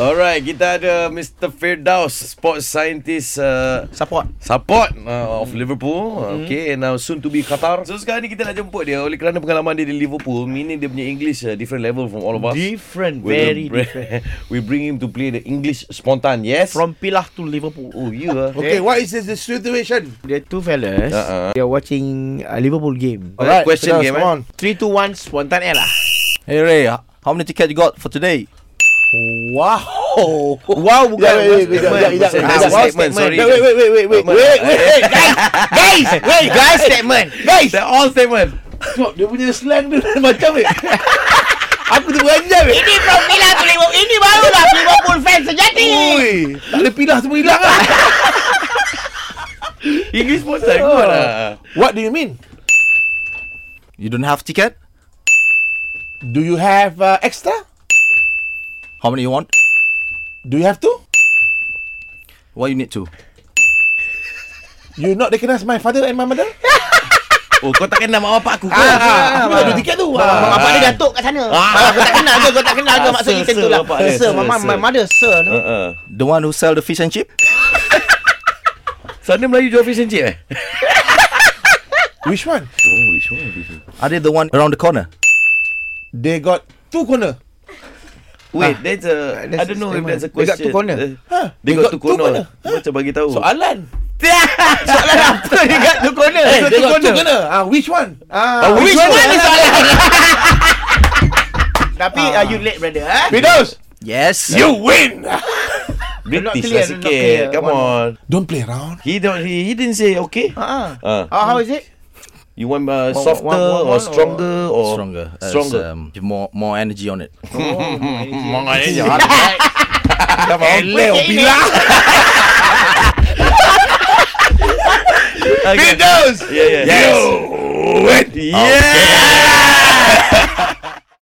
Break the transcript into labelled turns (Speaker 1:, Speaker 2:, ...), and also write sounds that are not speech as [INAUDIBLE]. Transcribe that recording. Speaker 1: Alright, kita ada Mr. Firdaus, sports scientist uh,
Speaker 2: Support
Speaker 1: support uh, of Liverpool.
Speaker 3: Mhm.
Speaker 1: Okay, and now soon to be Qatar. So sekarang ni kita nak jemput dia oleh kerana pengalaman dia di Liverpool, meaning dia punya English uh, different level from all of us.
Speaker 2: Different
Speaker 1: We'll
Speaker 2: Very
Speaker 1: br-
Speaker 2: different
Speaker 1: [LAUGHS] we bring him to play the English spontan, yes?
Speaker 2: From Pilah to Liverpool
Speaker 1: Oh, you ah.
Speaker 3: Okay, what is the situation?
Speaker 2: The two fellas
Speaker 1: Uh-uh.
Speaker 2: They are watching a Liverpool game
Speaker 1: Alright, question
Speaker 3: Firdaus,
Speaker 1: game,
Speaker 3: come
Speaker 1: eh?
Speaker 3: on.
Speaker 2: 3 to 1 Spontan Air lah
Speaker 4: Hey Ray, how many tickets you got for today?
Speaker 3: Wow.
Speaker 2: Wow bukan
Speaker 3: Wait, wait, wait,
Speaker 2: statement.
Speaker 3: sekejap, sekejap, sekejap.
Speaker 2: Ah,
Speaker 3: That's a
Speaker 2: wow
Speaker 1: statement, sorry.
Speaker 3: Wait, wait, wait, wait, wait, wait, wait, wait.
Speaker 2: Guys Wait guys statement Guys
Speaker 1: They're all statement.
Speaker 3: Tengok, dia punya slang dia [LAUGHS] macam ni. Aku terperanjat weh.
Speaker 2: Ini from Pilah to Liverpool Ini barulah Liverpool fans sejati
Speaker 3: Ui, tak boleh pilah semua hilang ah. lah.
Speaker 1: English spontan
Speaker 3: Oh.
Speaker 1: good ah.
Speaker 3: What do you mean?
Speaker 4: You don't have ticket?
Speaker 3: Do you have uh, extra?
Speaker 4: How many you want?
Speaker 3: Do you have two?
Speaker 4: What you need to?
Speaker 3: You not recognize my father and my mother?
Speaker 1: Oh, kau tak kenal mak bapak aku ke?
Speaker 2: ha,
Speaker 3: Ah, aku ada tiket tu.
Speaker 2: Abang
Speaker 3: Ah.
Speaker 2: abang dia datuk kat sana Aku tak kenal ke Kau tak kenal ke Maksud kita tu lah ha. Ah. Sir Uh-uh. Mama my mother sir
Speaker 1: Ah, ah.
Speaker 4: The one who sell the fish and chip?
Speaker 1: Sana Melayu jual fish and chip eh?
Speaker 3: Which one?
Speaker 1: Oh, which one? Fish and chip?
Speaker 4: Are they the one around the corner?
Speaker 3: They got two corner. Ah.
Speaker 1: Wait, that's a
Speaker 2: that's
Speaker 1: I don't know if
Speaker 2: statement.
Speaker 1: that's a
Speaker 2: They got
Speaker 1: question.
Speaker 2: two corner.
Speaker 1: Uh,
Speaker 3: Huh?
Speaker 1: They got two corner. Macam bagi tahu.
Speaker 3: Soalan.
Speaker 2: Soalan apa Dia kat tu corner
Speaker 3: Eh,
Speaker 2: Dia
Speaker 3: they
Speaker 2: kat
Speaker 3: got
Speaker 2: tu
Speaker 3: two corner. Ah, which one? Ah,
Speaker 2: Which one is soalan Tapi uh, you late brother eh?
Speaker 3: Fidos,
Speaker 4: Yes.
Speaker 3: you win. [LAUGHS]
Speaker 1: British
Speaker 2: clear,
Speaker 1: lah
Speaker 2: not
Speaker 1: sikit.
Speaker 2: clear.
Speaker 1: Come
Speaker 2: One
Speaker 1: on.
Speaker 3: Don't play around.
Speaker 1: He don't he, he didn't say okay.
Speaker 2: Uh-huh.
Speaker 1: Uh,
Speaker 2: How, how is it?
Speaker 1: you want uh,
Speaker 2: One-
Speaker 1: softer
Speaker 2: one- one-
Speaker 1: or
Speaker 2: one or-
Speaker 1: stronger or,
Speaker 4: Stronger. As,
Speaker 1: Stronger.
Speaker 4: um, give more more energy on it.
Speaker 2: Oh, Mm,
Speaker 1: Mangan je.
Speaker 2: eh?
Speaker 1: [LAUGHS] Come on.
Speaker 3: Leo Bila.
Speaker 1: Okay.
Speaker 3: Fidos.
Speaker 1: Yeah, yeah.
Speaker 3: Yes.
Speaker 1: Yeah.